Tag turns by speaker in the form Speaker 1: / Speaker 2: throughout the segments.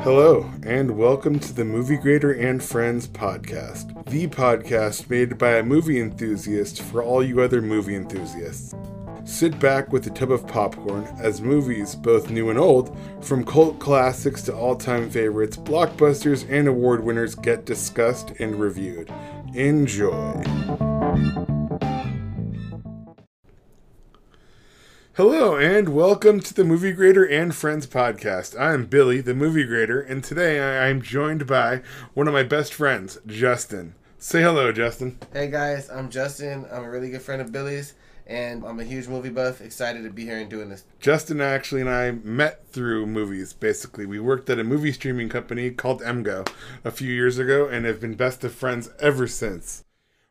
Speaker 1: Hello, and welcome to the Movie Grader and Friends podcast, the podcast made by a movie enthusiast for all you other movie enthusiasts. Sit back with a tub of popcorn as movies, both new and old, from cult classics to all time favorites, blockbusters, and award winners get discussed and reviewed. Enjoy. Hello, and welcome to the Movie Grader and Friends podcast. I'm Billy, the Movie Grader, and today I- I'm joined by one of my best friends, Justin. Say hello, Justin.
Speaker 2: Hey guys, I'm Justin. I'm a really good friend of Billy's, and I'm a huge movie buff. Excited to be here and doing this.
Speaker 1: Justin actually and I met through movies, basically. We worked at a movie streaming company called MGO a few years ago and have been best of friends ever since.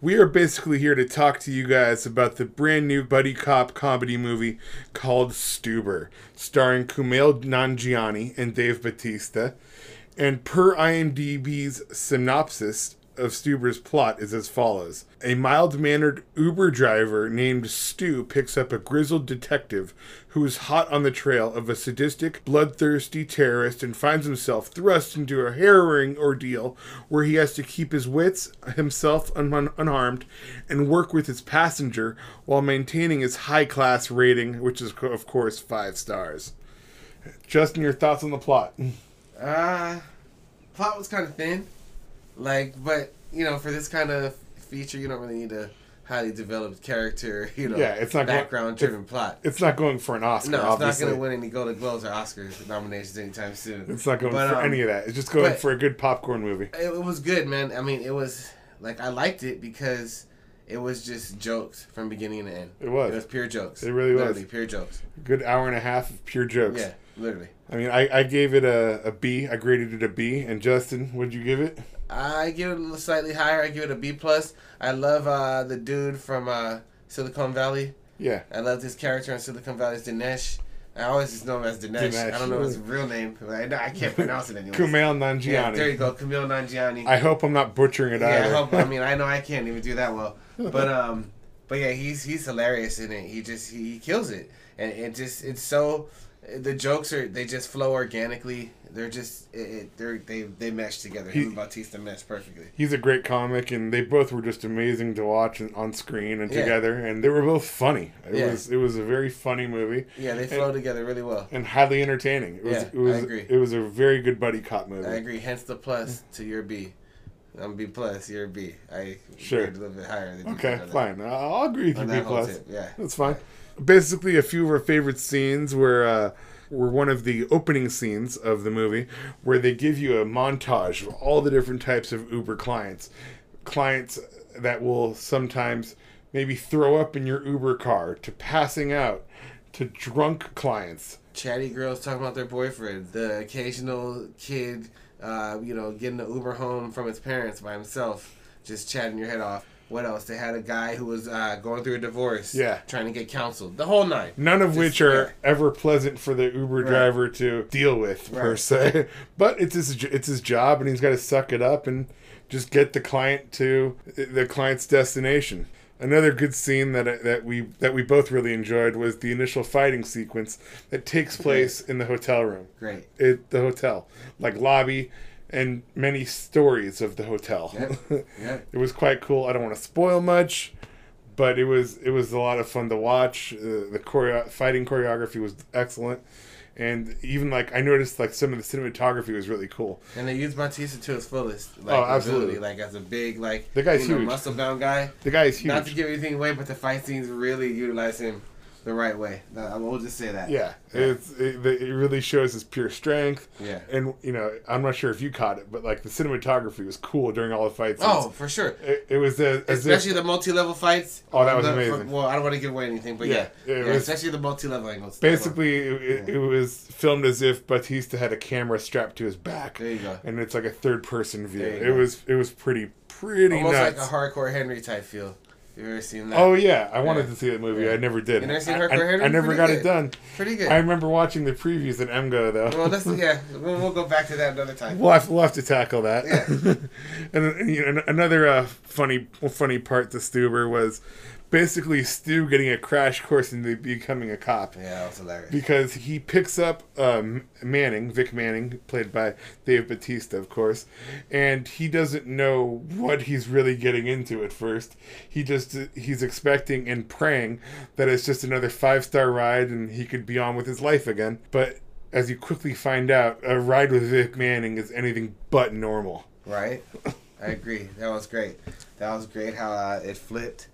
Speaker 1: We are basically here to talk to you guys about the brand new buddy cop comedy movie called Stuber, starring Kumail Nanjiani and Dave Batista. And per IMDb's synopsis of Stuber's plot is as follows A mild mannered Uber driver named Stu picks up a grizzled detective who is hot on the trail of a sadistic, bloodthirsty terrorist and finds himself thrust into a harrowing ordeal where he has to keep his wits, himself un- unharmed, and work with his passenger while maintaining his high class rating, which is, co- of course, five stars. Justin, your thoughts on the plot?
Speaker 2: Uh, plot was kind of thin, like, but you know, for this kind of feature, you don't really need a highly developed character, you know,
Speaker 1: Yeah, it's not gonna-
Speaker 2: background-driven plot.
Speaker 1: It's not going for an Oscar.
Speaker 2: no, it's
Speaker 1: obviously.
Speaker 2: not going to win any Golden Globes or Oscars nominations anytime soon.
Speaker 1: It's not going
Speaker 2: But,
Speaker 1: for
Speaker 2: um,
Speaker 1: any of that. It's just going
Speaker 2: but-
Speaker 1: for a good popcorn movie.
Speaker 2: It, it was good, man. I mean, it was like I liked it because it was just jokes from beginning to end.
Speaker 1: It was.
Speaker 2: It was pure jokes.
Speaker 1: It really was.
Speaker 2: Literally pure jokes.
Speaker 1: Good hour and a half of pure jokes.
Speaker 2: Yeah, literally.
Speaker 1: I mean, I, I gave it a, a B. I graded it a B. And Justin, would you give it?
Speaker 2: I give it a little slightly higher. I give it a B plus. I love uh, the dude from uh, Silicon Valley.
Speaker 1: Yeah.
Speaker 2: I loved his character in Silicon Valley. It's Dinesh. I always just know him as Dinesh.
Speaker 1: Dinesh,
Speaker 2: I don't know his
Speaker 1: yeah.
Speaker 2: real name. but I, I can't pronounce it anymore.
Speaker 1: Kumail Nanjiani.
Speaker 2: Yeah, there you go, Camille Nanjiani.
Speaker 1: I hope I'm not butchering it
Speaker 2: yeah, I
Speaker 1: either.
Speaker 2: hope. I mean, I know I can't even do that well, but um, but yeah, he's he's hilarious in it. He just he, he kills it, and it just it's so the jokes are they just flow organically. They're just it, it, they're they they mesh together.
Speaker 1: He-
Speaker 2: him and Bautista mesh perfectly.
Speaker 1: He's a great comic, and they both were just amazing to watch and- on screen and
Speaker 2: Yeah.
Speaker 1: together. And they were both funny. It
Speaker 2: Yeah.
Speaker 1: was it was a very funny movie
Speaker 2: Yeah, they flow together really well.
Speaker 1: and highly entertaining. It was,
Speaker 2: Yeah,
Speaker 1: it was
Speaker 2: I agree.
Speaker 1: It was a very good buddy cop movie.
Speaker 2: I agree. Hence the plus to your B. I'm B plus. You're B. I
Speaker 1: Sure.
Speaker 2: rated a little bit higher than you
Speaker 1: Okay,
Speaker 2: did on that-
Speaker 1: fine. I'll I'll agree with you.
Speaker 2: on
Speaker 1: B
Speaker 2: that whole
Speaker 1: plus.
Speaker 2: tip, Yeah.
Speaker 1: That's fine. Basically, a few of our favorite scenes were uh, were one of the opening scenes of the movie, where they give you a montage of all the different types of Uber clients, clients that will sometimes maybe throw up in your Uber car, to passing out, to drunk clients.
Speaker 2: Chatty girls talking about their boyfriend. The occasional kid, uh, you know, getting the Uber home from his parents by himself, just chatting your head off. What else? They had a guy who was uh, going through a divorce.
Speaker 1: Yeah.
Speaker 2: Trying to get counseled. The whole nine.
Speaker 1: None of
Speaker 2: Just-
Speaker 1: which are
Speaker 2: yeah.
Speaker 1: ever pleasant for the Uber driver to deal with per
Speaker 2: Right.
Speaker 1: se, but it's his it's his job, and he's got to suck it up and just get the client to the client's destination. Another good scene that that we that we both really enjoyed was the initial fighting sequence that takes place in the hotel room,
Speaker 2: Great.
Speaker 1: at the hotel, like lobby, and many stories of the hotel.
Speaker 2: Yep. Yep.
Speaker 1: It was quite cool. I don't want to spoil much, but it was it was a lot of fun to watch. Uh, the choreo- fighting choreography was excellent, and even like I noticed like some of the cinematography was really cool.
Speaker 2: And they used Batista to his fullest. Like,
Speaker 1: Oh, absolutely.
Speaker 2: ability, Like as a big, like
Speaker 1: The guy's huge.
Speaker 2: muscle bound guy.
Speaker 1: The guy is huge.
Speaker 2: Not to give anything away, but the fight scenes really utilize him the right way. Uh, I will just say that.
Speaker 1: yeah,
Speaker 2: Yeah.
Speaker 1: it's it, it really shows his pure strength.
Speaker 2: Yeah.
Speaker 1: And you know, I'm not sure if you caught it, but like the cinematography was cool during all the fights.
Speaker 2: Oh, for sure.
Speaker 1: it, it was uh as if
Speaker 2: Especially the multi-level fights.
Speaker 1: Oh, that was
Speaker 2: The- for-
Speaker 1: amazing.
Speaker 2: well, I don't want to give away anything, but
Speaker 1: Yeah,
Speaker 2: yeah,
Speaker 1: yeah, it
Speaker 2: Yeah,
Speaker 1: was-
Speaker 2: especially the multi-level angles.
Speaker 1: Basically, it, it, it was filmed as if Batista had a camera strapped to his back,
Speaker 2: There you go.
Speaker 1: and it's like a third-person view.
Speaker 2: There you
Speaker 1: It
Speaker 2: go.
Speaker 1: was it was pretty pretty
Speaker 2: almost
Speaker 1: nuts.
Speaker 2: like a hardcore Henry type feel. You ever seen that?
Speaker 1: oh yeah, I wanted
Speaker 2: Yeah.
Speaker 1: to see that movie.
Speaker 2: Yeah.
Speaker 1: I never did.
Speaker 2: You never seen
Speaker 1: I-
Speaker 2: Hardcore
Speaker 1: I,
Speaker 2: Henry?
Speaker 1: I never
Speaker 2: Pretty
Speaker 1: got
Speaker 2: good.
Speaker 1: it done.
Speaker 2: pretty good.
Speaker 1: I remember watching the previews at MGO though.
Speaker 2: well, that's yeah. We'll, we'll go back to that another time.
Speaker 1: We'll have, we'll have to tackle that.
Speaker 2: Yeah.
Speaker 1: and then, you know, another uh, funny funny part to Stuber was basically Stu getting a crash course into becoming a cop
Speaker 2: Yeah, that was hilarious.
Speaker 1: because he picks up um, Manning, Vic Manning, played by Dave Batista, of course, and he doesn't know what he's really getting into at first. He just he's expecting and praying that it's just another five star ride and he could be on with his life again. But as you quickly find out, a ride with Vic Manning is anything but normal.
Speaker 2: Right? I agree. That was great. That was great how uh, it flipped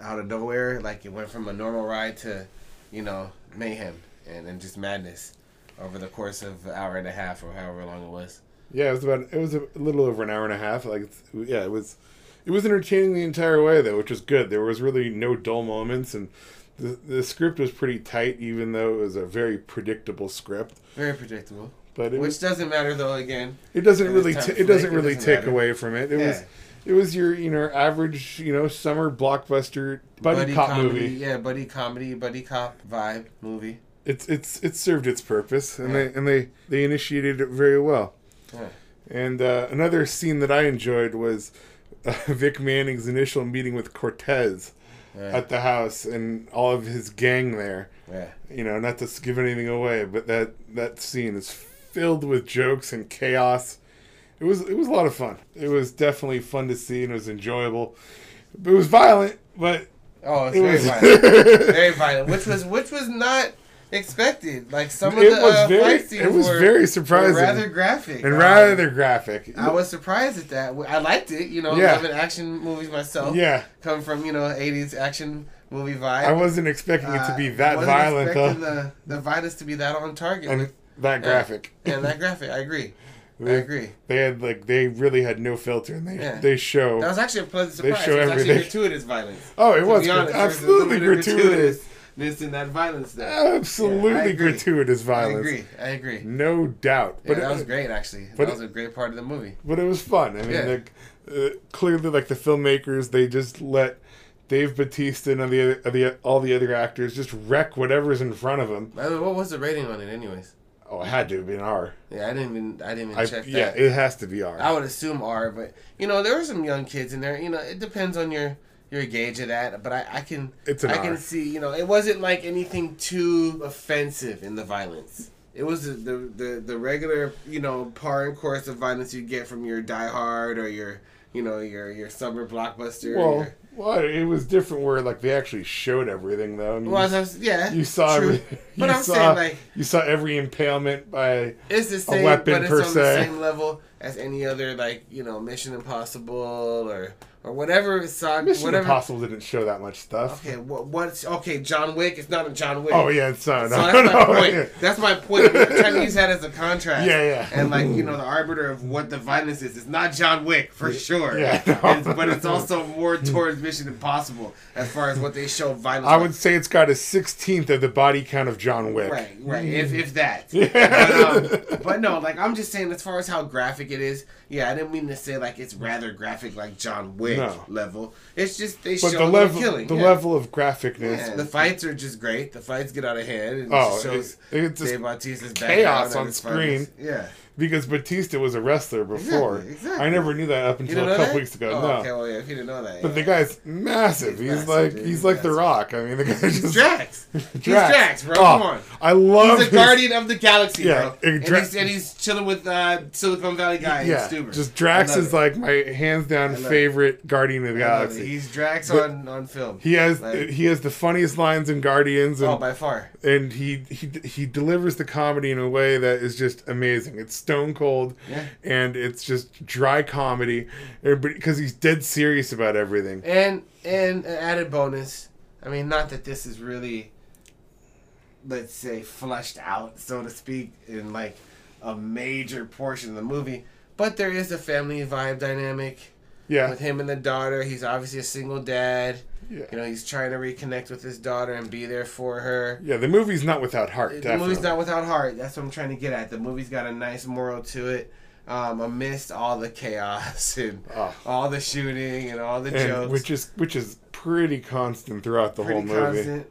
Speaker 2: out of nowhere. Like it went from a normal ride to, you know, mayhem and, and just madness over the course of an hour and a half or however long it was.
Speaker 1: Yeah, it was about it was a little over an hour and a half. Like it's- yeah, it was it was entertaining the entire way though, which was good. There was really no dull moments, and the the script was pretty tight, even though it was a very predictable script.
Speaker 2: Very predictable.
Speaker 1: But it,
Speaker 2: Which doesn't matter though, again.
Speaker 1: it doesn't
Speaker 2: it
Speaker 1: really
Speaker 2: was
Speaker 1: t-
Speaker 2: time
Speaker 1: it doesn't
Speaker 2: flick, it
Speaker 1: really
Speaker 2: doesn't
Speaker 1: take
Speaker 2: matter.
Speaker 1: away from it. It was
Speaker 2: Yeah.
Speaker 1: it was your you know average you know summer blockbuster buddy, cop
Speaker 2: comedy.
Speaker 1: movie.
Speaker 2: Yeah, buddy comedy, buddy cop vibe movie.
Speaker 1: It's it's it served its purpose, and
Speaker 2: Yeah.
Speaker 1: they and they they initiated it very well.
Speaker 2: Yeah.
Speaker 1: And uh, another scene that I enjoyed was uh, Vic Manning's initial meeting with Cortez
Speaker 2: Yeah.
Speaker 1: at the house and all of his gang there.
Speaker 2: yeah.
Speaker 1: You know, not to s- give anything away, but that that scene is filled with jokes and chaos. It was it was a lot of fun. It was definitely fun to see and it was enjoyable. It was violent, but
Speaker 2: Oh, it's
Speaker 1: it
Speaker 2: very
Speaker 1: was
Speaker 2: violent. very violent, which was which was not expected. Like some of
Speaker 1: It
Speaker 2: the
Speaker 1: was
Speaker 2: uh,
Speaker 1: very-
Speaker 2: fight scenes
Speaker 1: it was
Speaker 2: were,
Speaker 1: very
Speaker 2: were
Speaker 1: surprising.
Speaker 2: rather graphic,
Speaker 1: and
Speaker 2: Um,
Speaker 1: rather graphic.
Speaker 2: I was surprised at that. I liked it, you know,
Speaker 1: Yeah.
Speaker 2: loving action movies myself.
Speaker 1: yeah,
Speaker 2: come from you know '80s action movie vibe.
Speaker 1: I wasn't expecting it to
Speaker 2: Uh,
Speaker 1: be that
Speaker 2: wasn't
Speaker 1: violent though,
Speaker 2: expecting The, the violence to be that on target
Speaker 1: and
Speaker 2: with-
Speaker 1: that graphic.
Speaker 2: and that graphic. I agree. I
Speaker 1: They-
Speaker 2: agree.
Speaker 1: They had like they really had no filter, and they
Speaker 2: Yeah.
Speaker 1: they show.
Speaker 2: That was actually a pleasant
Speaker 1: They
Speaker 2: surprise.
Speaker 1: show
Speaker 2: it was
Speaker 1: everything.
Speaker 2: actually gratuitous violence.
Speaker 1: oh, it
Speaker 2: To
Speaker 1: was
Speaker 2: be
Speaker 1: gr-
Speaker 2: honest, there was a little
Speaker 1: absolutely
Speaker 2: bit of
Speaker 1: gratuitous,
Speaker 2: gratuitousness in that violence. There. Yeah, I
Speaker 1: absolutely
Speaker 2: agree.
Speaker 1: gratuitous
Speaker 2: I
Speaker 1: violence.
Speaker 2: agree. I agree.
Speaker 1: No doubt,
Speaker 2: Yeah,
Speaker 1: but
Speaker 2: that
Speaker 1: it,
Speaker 2: was great actually.
Speaker 1: but
Speaker 2: That was a great part of the movie.
Speaker 1: but it was fun. I mean,
Speaker 2: Yeah.
Speaker 1: like uh, clearly, like the filmmakers, they just let Dave Batista and all the other, the all the other actors just wreck whatever's in front of them.
Speaker 2: By the way, what was the rating on it, anyways?
Speaker 1: Oh, it had to have been R.
Speaker 2: Yeah, I didn't even I didn't even
Speaker 1: I,
Speaker 2: check that.
Speaker 1: yeah, it has to be R.
Speaker 2: I would assume R, but you know there were some young kids in there. You know, it depends on your your gauge of that. But I, I can
Speaker 1: It's an
Speaker 2: I
Speaker 1: R.
Speaker 2: can see you know it wasn't like anything too offensive in the violence. It was the the, the, the regular you know par and course of violence you get from your Die Hard or your you know your your summer blockbuster. or
Speaker 1: well,
Speaker 2: your-
Speaker 1: well, it was different where like they actually showed everything though. I mean,
Speaker 2: well, as I was- yeah,
Speaker 1: you saw,
Speaker 2: true.
Speaker 1: every,
Speaker 2: But
Speaker 1: you
Speaker 2: I'm
Speaker 1: saw-
Speaker 2: saying like
Speaker 1: you saw every impalement by
Speaker 2: It's the same,
Speaker 1: weapon
Speaker 2: but it's
Speaker 1: per
Speaker 2: on
Speaker 1: se.
Speaker 2: the same level as any other, like you know, Mission Impossible or or whatever saga,
Speaker 1: Mission
Speaker 2: whatever.
Speaker 1: Impossible didn't show that much stuff.
Speaker 2: Okay, what, what's okay? John Wick. It's not a John Wick.
Speaker 1: Oh yeah, it's not.
Speaker 2: So
Speaker 1: no,
Speaker 2: that's my
Speaker 1: no,
Speaker 2: point.
Speaker 1: yeah.
Speaker 2: That's my point. I'm trying to use that as a contrast.
Speaker 1: Yeah, yeah.
Speaker 2: And like you know, the arbiter of what the violence is. It's not John Wick for sure.
Speaker 1: Yeah, no.
Speaker 2: It's- but it's also more towards Mission Impossible as far as what they show violence.
Speaker 1: I
Speaker 2: like.
Speaker 1: would say it's got a sixteenth of the body count of John Wick.
Speaker 2: Right, right. If if that. But, um, but no, like I'm just saying, as far as how graphic it is, yeah, I didn't mean to say like it's rather graphic, like John Wick
Speaker 1: No.
Speaker 2: level. It's just they
Speaker 1: But
Speaker 2: show
Speaker 1: the
Speaker 2: them
Speaker 1: level,
Speaker 2: killing.
Speaker 1: the
Speaker 2: yeah.
Speaker 1: level of graphicness,
Speaker 2: Yeah, the fights are just great. The fights get out of hand. And
Speaker 1: Oh,
Speaker 2: it just shows
Speaker 1: it- it's just
Speaker 2: Dave Bautista's
Speaker 1: chaos
Speaker 2: background and
Speaker 1: on
Speaker 2: his
Speaker 1: screen.
Speaker 2: fighters. Yeah,
Speaker 1: because Batista was a wrestler before.
Speaker 2: Exactly, exactly.
Speaker 1: I never knew that up
Speaker 2: you
Speaker 1: until
Speaker 2: didn't
Speaker 1: a
Speaker 2: know
Speaker 1: couple
Speaker 2: that?
Speaker 1: weeks ago.
Speaker 2: Oh,
Speaker 1: no,
Speaker 2: Okay, well, yeah, if you didn't know that,
Speaker 1: but the
Speaker 2: yeah.
Speaker 1: guy's massive. He's,
Speaker 2: He's massive,
Speaker 1: like
Speaker 2: dude.
Speaker 1: he's
Speaker 2: He's
Speaker 1: like The
Speaker 2: massive.
Speaker 1: Rock. I mean, the guy just
Speaker 2: He's Drax. He's Drax, bro.
Speaker 1: Oh,
Speaker 2: Come on.
Speaker 1: I love
Speaker 2: He's the
Speaker 1: his-
Speaker 2: guardian of the galaxy,
Speaker 1: Yeah,
Speaker 2: bro.
Speaker 1: and
Speaker 2: And,
Speaker 1: Dra-
Speaker 2: he's, and he's chilling with uh, Silicon Valley guy.
Speaker 1: Yeah,
Speaker 2: and Stuber.
Speaker 1: just Drax
Speaker 2: I love
Speaker 1: is
Speaker 2: it.
Speaker 1: like my hands down
Speaker 2: love it.
Speaker 1: favorite Guardian of the
Speaker 2: I love it.
Speaker 1: Galaxy.
Speaker 2: He's Drax
Speaker 1: But-
Speaker 2: on on film.
Speaker 1: He has
Speaker 2: Like-
Speaker 1: he has the funniest lines in Guardians, and
Speaker 2: Oh, by far.
Speaker 1: and he he he delivers the comedy in a way that is just amazing. It's stone cold,
Speaker 2: Yeah.
Speaker 1: and it's just dry comedy, because he's dead serious about everything.
Speaker 2: And and an added bonus. I mean, not that this is really, let's say, flushed out, so to speak, in like a major portion of the movie, but there is a family vibe dynamic
Speaker 1: Yeah,
Speaker 2: with him and the daughter. He's obviously a single dad. You
Speaker 1: yeah,
Speaker 2: know, he's trying to reconnect with his daughter and be there for her.
Speaker 1: yeah. The movie's not without heart.
Speaker 2: The
Speaker 1: definitely.
Speaker 2: movie's not without heart. That's what I'm trying to get at. The movie's got a nice moral to it. Um, amidst all the chaos and
Speaker 1: Ah.
Speaker 2: all the shooting and all the
Speaker 1: And-
Speaker 2: jokes,
Speaker 1: which is which is pretty constant throughout the
Speaker 2: pretty
Speaker 1: whole movie.
Speaker 2: constant.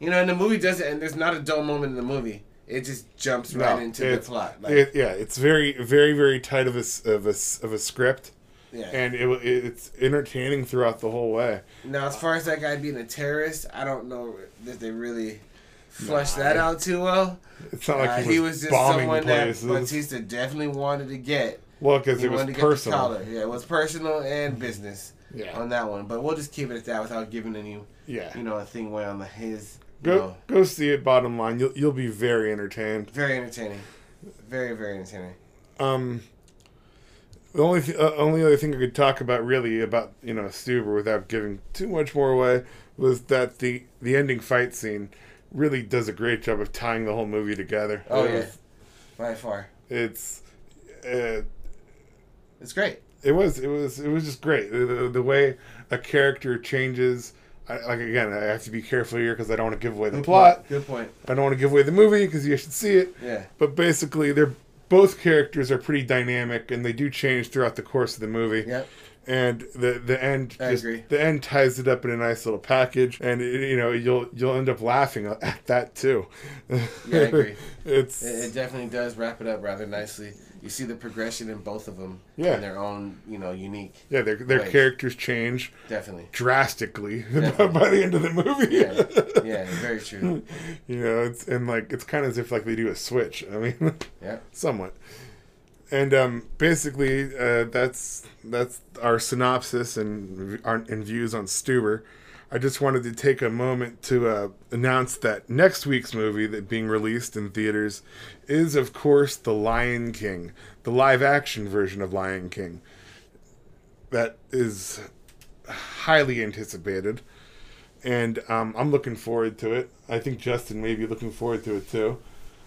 Speaker 2: You know, and the movie doesn't. And there's not a dull moment in the movie. It just jumps
Speaker 1: No,
Speaker 2: right into the
Speaker 1: it's-
Speaker 2: plot. Like,
Speaker 1: It, yeah, it's very very very tight of a s- of a s- of a script.
Speaker 2: Yeah.
Speaker 1: and it, wa- it it's entertaining throughout the whole way.
Speaker 2: Now, as far as that guy being a terrorist, I don't know that they really flushed that out too well.
Speaker 1: It's not like
Speaker 2: Uh,
Speaker 1: he, was
Speaker 2: he was just
Speaker 1: bombing
Speaker 2: someone
Speaker 1: places.
Speaker 2: that Batista definitely wanted to get.
Speaker 1: well, because
Speaker 2: He
Speaker 1: it was
Speaker 2: wanted to get
Speaker 1: personal. Mm-hmm.
Speaker 2: the collar. Yeah, it was personal and business
Speaker 1: Yeah.
Speaker 2: on that one. But we'll just keep it at that without giving any,
Speaker 1: Yeah.
Speaker 2: you know, a thing away on the his. You
Speaker 1: Go
Speaker 2: know,
Speaker 1: go see it. Bottom line, you'll you'll be very entertained.
Speaker 2: very entertaining. Very very entertaining.
Speaker 1: Um, the only th- uh, only other thing I could talk about really about you know Stuber without giving too much more away was that the the ending fight scene really does a great job of tying the whole movie together.
Speaker 2: Oh
Speaker 1: It
Speaker 2: yeah,
Speaker 1: was-
Speaker 2: by far,
Speaker 1: it's. Uh,
Speaker 2: it's great.
Speaker 1: it was it was it was just great the, the, the way a character changes I, like again i have to be careful here because i don't want to give away the
Speaker 2: Good
Speaker 1: plot
Speaker 2: point. Good point.
Speaker 1: i don't want to give away the movie because you should see it
Speaker 2: Yeah.
Speaker 1: but basically they're both characters are pretty dynamic and they do change throughout the course of the movie
Speaker 2: Yep.
Speaker 1: and the the end
Speaker 2: I
Speaker 1: just,
Speaker 2: agree.
Speaker 1: the end ties it up in a nice little package and it, you know you'll you'll end up laughing at that too yeah
Speaker 2: I agree.
Speaker 1: it's
Speaker 2: It, it definitely does wrap it up rather nicely. You see the progression in both of them.
Speaker 1: Yeah.
Speaker 2: In their own, you know, unique.
Speaker 1: yeah their, their
Speaker 2: Right.
Speaker 1: characters change
Speaker 2: Definitely.
Speaker 1: drastically
Speaker 2: Definitely.
Speaker 1: by the end of the movie
Speaker 2: Yeah. yeah. Very true.
Speaker 1: You know, it's and like it's kind of as if like they do a switch. I mean,
Speaker 2: Yep.
Speaker 1: somewhat. And um, basically, uh, that's that's our synopsis and our and views on Stuber. I just wanted to take a moment to uh, announce that next week's movie that being released in theaters is, of course, The Lion King, the live-action version of Lion King. That is highly anticipated, and um, I'm looking forward to it. I think Justin may be looking forward to it too.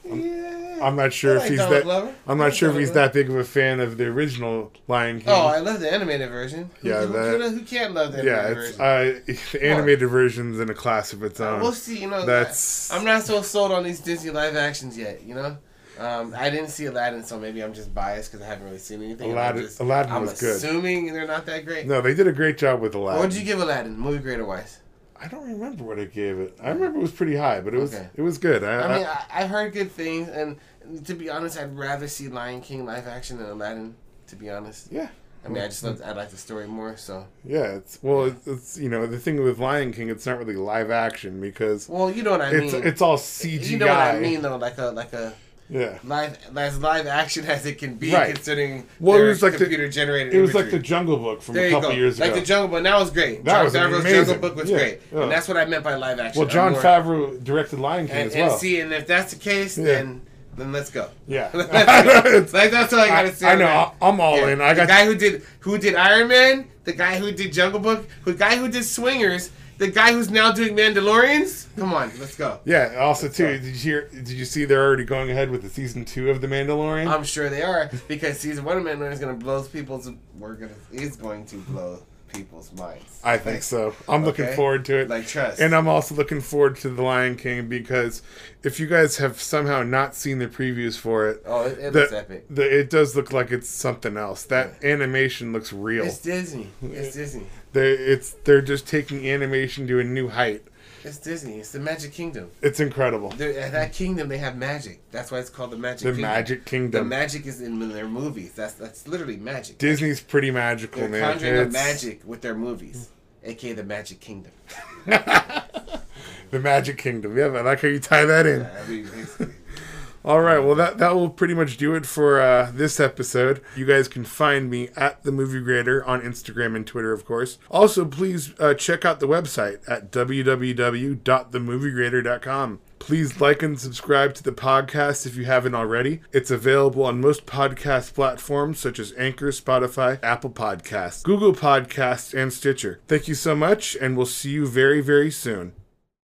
Speaker 2: Yeah.
Speaker 1: I'm not sure
Speaker 2: I
Speaker 1: if
Speaker 2: like
Speaker 1: he's
Speaker 2: Donald
Speaker 1: that.
Speaker 2: Glover.
Speaker 1: I'm not
Speaker 2: I like
Speaker 1: sure if
Speaker 2: Donald
Speaker 1: he's
Speaker 2: Glover.
Speaker 1: that big of a fan of the original Lion King.
Speaker 2: Oh, I love the animated version. Who,
Speaker 1: Yeah,
Speaker 2: who,
Speaker 1: that-
Speaker 2: could- who can't love the animated
Speaker 1: yeah, it's,
Speaker 2: version? Uh,
Speaker 1: uh, the animated version's in a class of its own.
Speaker 2: we'll see. You know,
Speaker 1: that's-
Speaker 2: I, am not so sold on these Disney live actions yet. You know, um, I didn't see Aladdin, so maybe I'm just biased because I haven't really seen anything. and I'm
Speaker 1: Aladdin-
Speaker 2: just-
Speaker 1: Aladdin
Speaker 2: I'm
Speaker 1: was good.
Speaker 2: assuming they're not that great.
Speaker 1: No, they did a great job with
Speaker 2: What
Speaker 1: Aladdin.
Speaker 2: would you give Aladdin, movie grade or wise?
Speaker 1: I don't remember what I gave it. I remember it was pretty high, but it was
Speaker 2: Okay.
Speaker 1: it was good. I,
Speaker 2: I mean,
Speaker 1: I-
Speaker 2: I, I heard good things, and to be honest, I'd rather see Lion King live action than Aladdin. To be honest,
Speaker 1: yeah,
Speaker 2: I mean, I just loved, I like the story more. So,
Speaker 1: yeah. It's well, it's, it's you know the thing with Lion King, it's not really live action because
Speaker 2: well, you know what I mean.
Speaker 1: it's it's all CGI.
Speaker 2: You know what I mean, though, like a like a
Speaker 1: Yeah.
Speaker 2: live as live action as it can be,
Speaker 1: Right.
Speaker 2: considering
Speaker 1: Well, it
Speaker 2: their
Speaker 1: was like the-
Speaker 2: computer generated.
Speaker 1: It was like
Speaker 2: imagery.
Speaker 1: the Jungle Book from
Speaker 2: there
Speaker 1: a
Speaker 2: you
Speaker 1: couple
Speaker 2: go.
Speaker 1: years
Speaker 2: like
Speaker 1: ago.
Speaker 2: the Jungle Book, and that was great.
Speaker 1: That
Speaker 2: John
Speaker 1: was
Speaker 2: Favreau's
Speaker 1: amazing.
Speaker 2: Jungle Book was
Speaker 1: Yeah,
Speaker 2: great,
Speaker 1: yeah.
Speaker 2: and that's what I meant by live action.
Speaker 1: well,
Speaker 2: I'm
Speaker 1: John
Speaker 2: more-
Speaker 1: Favreau directed Lion King
Speaker 2: and,
Speaker 1: as well.
Speaker 2: and see, and if that's the case,
Speaker 1: Yeah.
Speaker 2: then then let's go.
Speaker 1: yeah,
Speaker 2: like that's all I
Speaker 1: I,
Speaker 2: gotta say.
Speaker 1: I
Speaker 2: on
Speaker 1: know.
Speaker 2: that.
Speaker 1: I- I'm all
Speaker 2: Yeah,
Speaker 1: in. I
Speaker 2: the
Speaker 1: got
Speaker 2: guy who did who did Iron Man, the guy who did Jungle Book, the guy who did Swingers, the guy who's now doing Mandalorians. Come on, let's go.
Speaker 1: Yeah. Also, too, did you hear? Did you see they're already going ahead with the season two of The Mandalorian?
Speaker 2: I'm sure they are because season one of Mandalorian is gonna blow people's. We're gonna is going to blow people's minds.
Speaker 1: I think so. I'm looking
Speaker 2: okay.
Speaker 1: forward to it.
Speaker 2: Like trust.
Speaker 1: and I'm also looking forward to The Lion King because if you guys have somehow not seen the previews for it,
Speaker 2: oh, it, it
Speaker 1: the-
Speaker 2: looks epic.
Speaker 1: the- it does look like it's something else. That animation looks real.
Speaker 2: It's Disney. It's Disney.
Speaker 1: They, it's they're just taking animation to a new height.
Speaker 2: It's Disney. It's the Magic Kingdom.
Speaker 1: It's incredible.
Speaker 2: They're, at that kingdom, they have magic. That's why it's called the Magic.
Speaker 1: The
Speaker 2: Kingdom.
Speaker 1: Magic
Speaker 2: The
Speaker 1: Kingdom.
Speaker 2: magic is in their movies. That's that's literally magic.
Speaker 1: Disney's pretty magical,
Speaker 2: They're
Speaker 1: man.
Speaker 2: conjuring up
Speaker 1: It's-
Speaker 2: magic with their movies, aka the Magic Kingdom.
Speaker 1: The Magic Kingdom. Yeah, I like how you tie that in.
Speaker 2: I mean, basically.
Speaker 1: All right, well that that will pretty much do it for uh, this episode. You guys can find me at the Movie Grader on Instagram and Twitter, of course. Also, please uh, check out the website at www.themoviegrader.com. Please like and subscribe to the podcast if you haven't already. It's available on most podcast platforms such as Anchor, Spotify, Apple Podcasts, Google Podcasts, and Stitcher. Thank you so much, and we'll see you very, very soon.